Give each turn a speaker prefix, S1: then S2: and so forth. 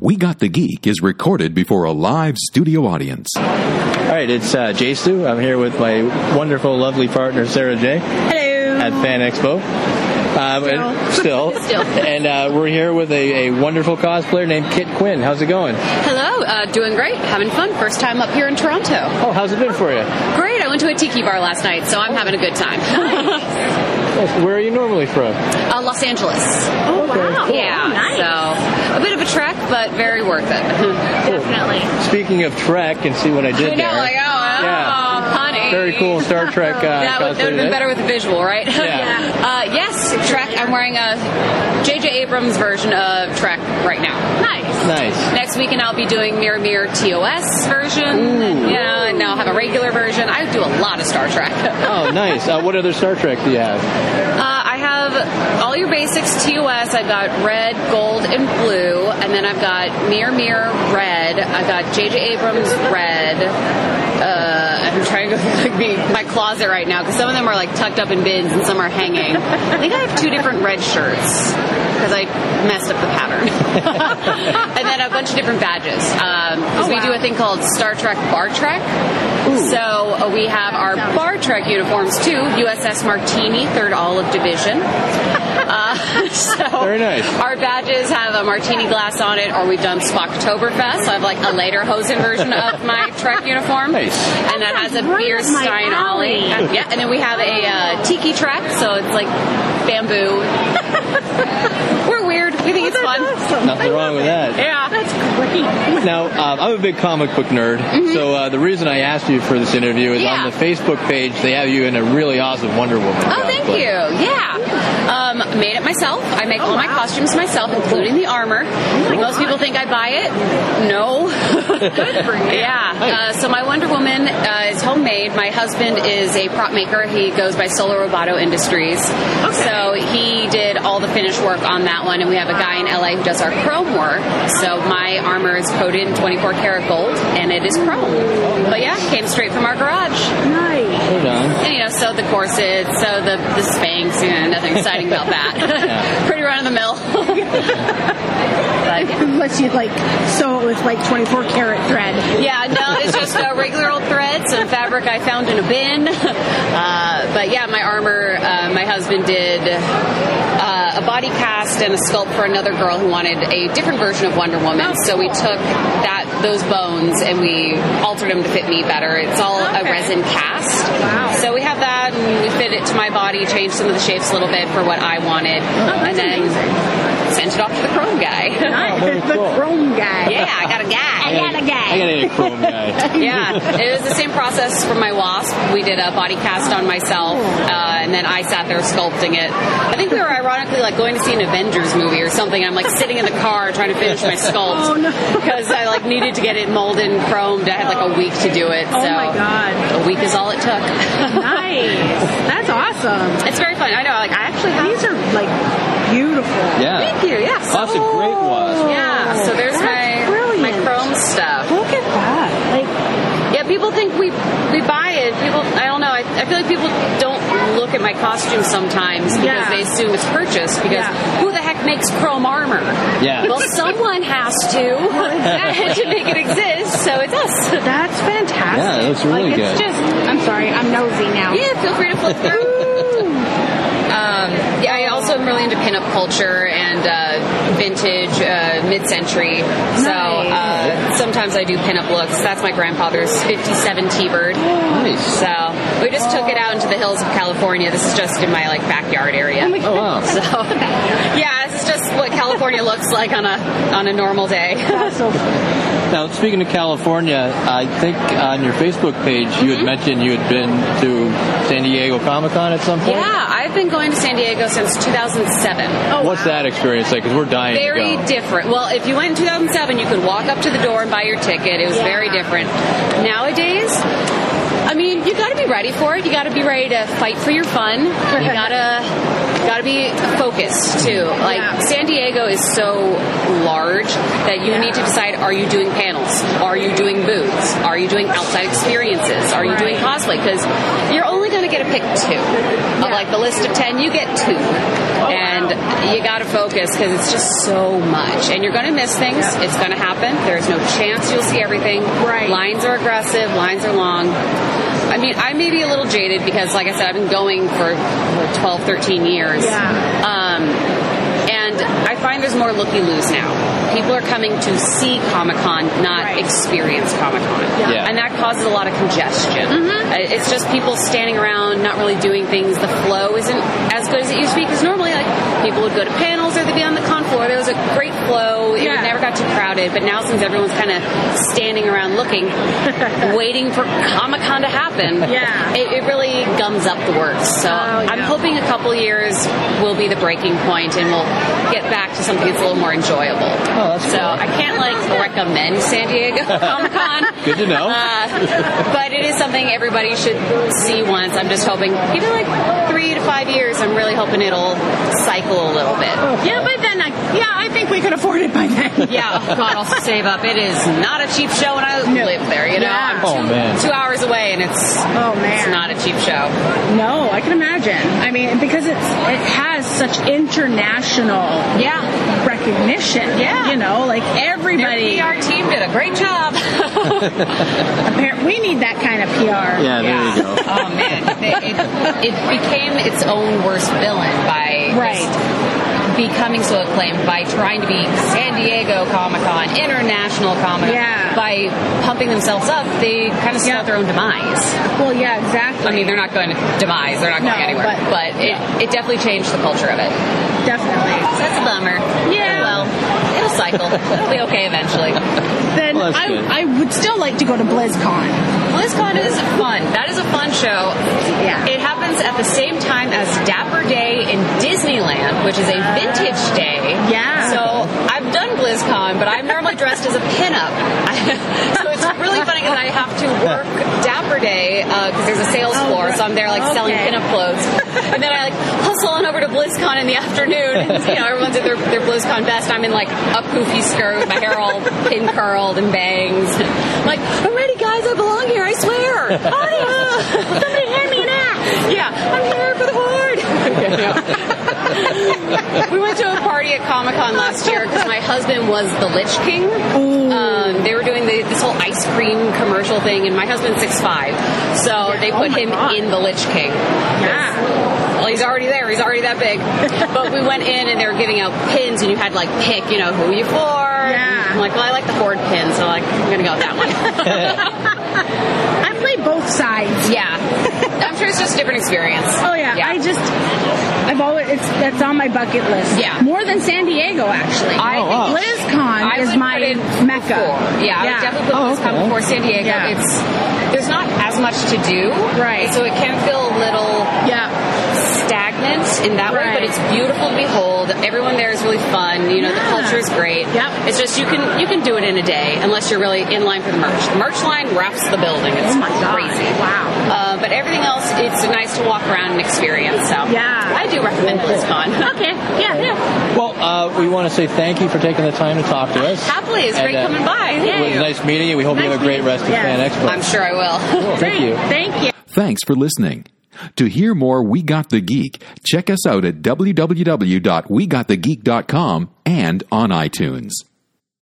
S1: We Got the Geek is recorded before a live studio audience.
S2: All right, it's uh, Jay Stu. I'm here with my wonderful, lovely partner, Sarah J.
S3: Hello.
S2: At Fan Expo. Um, and still.
S3: Still.
S2: And uh, we're here with a, a wonderful cosplayer named Kit Quinn. How's it going?
S3: Hello, uh, doing great, having fun. First time up here in Toronto.
S2: Oh, how's it been for you?
S3: Great, I went to a tiki bar last night, so I'm having a good time.
S2: Yes, Where are you normally from?
S3: uh, Los Angeles.
S4: Oh, wow.
S3: Yeah, so a bit of a trek, but very worth it.
S4: Definitely.
S2: Speaking of Trek, and see what I did
S3: I know,
S2: there.
S3: like, oh,
S2: Yeah.
S3: oh, honey.
S2: Very cool Star Trek uh,
S3: that would, that would
S2: cosplay.
S3: have been better with a visual, right?
S2: Yeah.
S3: uh, yes, Trek. I'm wearing a J.J. Abrams version of Trek right now.
S4: Nice.
S2: Nice.
S3: Next weekend I'll be doing Mirror Mirror TOS version. Yeah, and now I'll have a regular version. I do a lot of Star Trek. uh,
S2: Oh, nice. Uh, what other Star Trek do you have?
S3: I have all your basics TOS. I've got red, gold, and blue, and then I've got Mirror Mirror red. I've got J.J. Abrams red. Uh, I'm trying to go through like, the- my closet right now because some of them are like tucked up in bins and some are hanging. I think I have two different red shirts because I messed up the pattern. and then a bunch of different badges. Um, 'cause we do a thing called Star Trek Bar Trek. So uh, we have our Bar Trek uniforms too. USS Martini, Third Olive Division. Uh, so
S2: Very nice.
S3: Our badges have a martini glass on it, or we've done Spocktoberfest. So I have like a later Hosen version of my Trek uniform.
S2: Nice.
S3: And that has a
S4: sounds right
S3: beer
S4: up my
S3: stein ollie.
S4: alley.
S3: Yeah, and then we have a uh, tiki track, so it's like bamboo. We're weird. We think it's fun.
S2: Nothing wrong with that.
S3: Yeah.
S4: That's great.
S2: Now, um, I'm a big comic book nerd, so uh, the reason I asked you for this interview is
S3: Mm-hmm. Yeah.
S2: on the Facebook page, they have you in a really awesome Wonder Woman.
S3: Oh, thank you. Yeah. Um, made it myself. I make all my costumes myself, including the armor. Most people think I buy it. No. yeah. Uh, so my Wonder Woman uh, is homemade. My husband is a prop maker. He goes by Solo Roboto Industries. So he did all the finish work on that one, and we have a guy in LA who does our chrome work. So my armor is coated in 24 karat gold, and it is chrome. But yeah, came straight from our garage.
S4: Nice.
S2: Hold on.
S3: And, you know, so the corset, so the the spanks, you know, nothing exciting about that. Pretty run of the mill. but,
S4: Unless you'd like sew it with like 24 karat thread.
S3: yeah, no, it's just uh, regular old thread, some fabric I found in a bin. Uh, but yeah, my armor, uh, my husband did uh, a body cast and a sculpt for another girl who wanted a different version of Wonder Woman. so we took that those bones and we altered them to fit me better. It's all a
S4: Okay.
S3: resin cast.
S4: Wow.
S3: So we have that, and we fit it to my body, changed some of the shapes a little bit for what I wanted, and then sent it off to the chrome guy.
S2: very
S4: the
S2: cool.
S4: chrome guy.
S3: yeah, I got a guy.
S4: I got a
S2: I
S4: guy.
S2: gotta eat a chrome guy.
S3: Yeah, it was the same process for my wasp. We did a body cast on myself, uh, and then I sat there sculpting it. I think we were ironically like going to see an Avengers movie or something. I'm like sitting in the car trying to finish my
S4: Oh, no.
S3: sculpt because I like needed to get it molded and chromed. I had like a week to do it. so
S4: Oh my god.
S3: A week is all it took.
S4: Nice. That's awesome.
S3: it's very fun. I know. Like I actually have.
S4: These are like beautiful.
S2: Yeah.
S3: Thank you. Yeah. So
S2: Lots of great wasps.
S3: Yeah, so there's
S4: That's
S3: my
S4: brilliant.
S3: my chrome stuff.
S4: Look at that.
S3: Yeah, people think we we buy it. People, I don't know. I, I feel like people don't look at my costume sometimes because
S4: Yeah.
S3: they assume it's purchased. Because
S4: Yeah.
S3: who the heck makes chrome armor?
S2: Yeah.
S3: Well, someone has to to make it exist, so it's us.
S4: Like that's fantastic.
S2: Yeah, that's really
S4: like, It's
S2: good.
S4: just I'm sorry, I'm nosy now.
S3: Yeah, feel free to flip through. Yeah, I also am really into pinup culture and uh, vintage, uh, mid-century. So uh,
S4: Nice.
S3: sometimes I do pinup looks. That's my grandfather's '57 T-bird.
S2: Nice.
S3: So we just took it out into the hills of California. This is just in my like backyard area.
S2: Oh, wow.
S3: So yeah, this is just what California looks like on a on a normal day.
S4: That's so
S2: Now, speaking of California, I think on your Facebook page you had
S3: Mm-hmm.
S2: mentioned you had been to San Diego Comic Con at some point.
S3: Yeah, I've been going to San Diego since 2007.
S4: oh,
S2: What's
S4: wow.
S2: that experience like? Because we're dying
S3: Very
S2: to go.
S3: different. Well, if you went in 2007, you could walk up to the door and buy your ticket. It was
S4: Yeah.
S3: very different. Nowadays, I mean, you got to be ready for it. You got to be ready to fight for your fun. You got to Got to be focused too. Like
S4: Yeah.
S3: San Diego is so large that you need to decide: Are you doing panels? Are you doing booths? Are you doing outside experiences? Are you doing
S4: Right.
S3: cosplay? Because you're only going to get to pick two of like the list of ten. You get two, and you got to focus because it's just so much, and you're going to miss things.
S4: Yeah.
S3: It's going to happen. There's no chance you'll see everything.
S4: Right.
S3: Lines are aggressive. Lines are long. I mean, I may be a little jaded because, like I said, I've been going for what, 12, 13 years.
S4: Yeah.
S3: Um, and I find there's more looky loos now. People are coming to see Comic Con, not
S4: Right.
S3: experience Comic Con.
S2: Yeah.
S3: And that causes a lot of congestion.
S4: Mm-hmm.
S3: Uh, It's just people standing around, not really doing things. The flow isn't as good as it used to be because normally, like, people would go to panels or they'd be on the con floor. There was a great flow. It
S4: Yeah.
S3: never got too crowded. But now, since everyone's kind of standing around looking, waiting for Comic Con to happen,
S4: Yeah.
S3: it, it really gums up the works. So
S4: Oh,
S3: I'm
S4: yeah.
S3: hoping a couple years will be the breaking point and we'll get back to something that's a little more enjoyable.
S2: Oh, that's
S3: so
S2: cool.
S3: I can't like recommend San Diego Comic Con.
S2: Good to know.
S3: Uh, but it is something everybody should see once. I'm just hoping, even like three to five years, I'm really hoping it'll cycle a little bit.
S4: Yeah, but then, I, yeah, I think we could afford it by then.
S3: Yeah, oh God, I'll save up. It is not a cheap show, and I
S4: No.
S3: live there. You know,
S4: Yeah.
S3: I'm
S2: Oh, man.
S3: two hours away, and it's
S4: Oh man,
S3: it's not a cheap show.
S4: No, I can imagine. I mean, because it's it has such international
S3: Yeah.
S4: recognition.
S3: Yeah.
S4: you know, like
S3: Their
S4: everybody.
S3: PR team did a great job.
S4: Appar- we need that kind of PR.
S2: Yeah, there you go.
S3: oh man, They- it, it became its own worst villain by just
S4: Right.
S3: becoming so acclaimed by trying to be San Diego Comic Con, international Comic Con.
S4: Yeah.
S3: By pumping themselves up, they kind of
S4: Yeah.
S3: start their own demise.
S4: Well, yeah, exactly.
S3: I mean, they're not going to demise; they're not going
S4: No,
S3: anywhere.
S4: but-
S3: But, it, it definitely changed the culture of it.
S4: definitely.
S3: So that's a bummer.
S4: Yeah.
S3: Oh, well, it'll cycle. it'll be okay eventually.
S4: Then
S2: Well, that's good.
S4: I, I would still like to go to BlizzCon.
S3: BlizzCon is fun. That is a fun show.
S4: Yeah.
S3: It happens at the same time as Dapper Day in Disneyland, which is a vintage day.
S4: Yeah.
S3: So I've done BlizzCon, but I'm normally dressed as a pinup. so it's really funny because I have to work Dapper Day because there's a sales
S4: Oh,
S3: floor,
S4: right.
S3: so I'm there like selling
S4: Okay.
S3: pinup clothes, and then I like hustle on over to BlizzCon in the afternoon. And, you know, everyone's in their, their BlizzCon vest. I'm in like a poofy skirt, with my hair all pin curled and bangs. I'm like, alrighty guys, I belong here. I swear. Audience, somebody hand me an axe. Yeah, I'm here for the horde. we went to a party at Comic Con last year because my husband was the Lich King. Um, they were doing the, this whole ice cream commercial thing, and my husband's six five, so they
S4: Oh
S3: put
S4: my
S3: him
S4: God.
S3: in the Lich King.
S4: Yeah.
S3: Well, he's already there. He's already that big. but we went in and they were giving out pins, and you had like pick, you know, who you for.
S4: Yeah.
S3: I'm like, well, I like the horde pin, so like I'm gonna go with that one.
S4: I play both sides.
S3: yeah, I'm sure it's just a different experience.
S4: Oh yeah. I just I've always it's that's on my bucket list.
S3: Yeah.
S4: More than San Diego actually.
S3: I
S2: Oh, wow.
S3: think
S4: BlizzCon
S3: I
S4: is
S3: would
S4: my
S3: put it
S4: mecca.
S3: before. Yeah, I would definitely put
S2: Oh,
S3: BlizzCon
S2: okay.
S3: before San Diego.
S4: Yeah.
S3: It's there's not as much to do,
S4: Right.
S3: So it can feel a little
S4: yeah.
S3: stagnant in that way, but
S4: Right.
S3: it's beautiful to behold. Everyone there is really fun. You know, the
S4: Yeah.
S3: culture is great.
S4: Yep.
S3: It's just you can you can do it in a day unless you're really in line for the merch. The merch line wraps the building. It's
S4: Oh my god.
S3: crazy.
S4: Wow.
S3: Uh, but everything else, it's nice to walk around and experience. So
S4: Yeah.
S3: I do recommend BlizzCon.
S4: Okay. Yeah. Yeah.
S2: Well, uh, we want to say thank you for taking the time to talk to us.
S3: Happily, it's great
S2: And, uh,
S3: coming by.
S2: It was nice meeting you. We hope you
S4: Nice
S2: have a great
S4: meeting
S2: rest of
S4: you.
S2: Fan
S4: Yeah.
S2: Expo.
S3: I'm sure I will.
S2: Thank you.
S4: Thank you.
S1: Thanks for listening. To hear more We Got the Geek, check us out at www.wegotthegeek.com and on iTunes.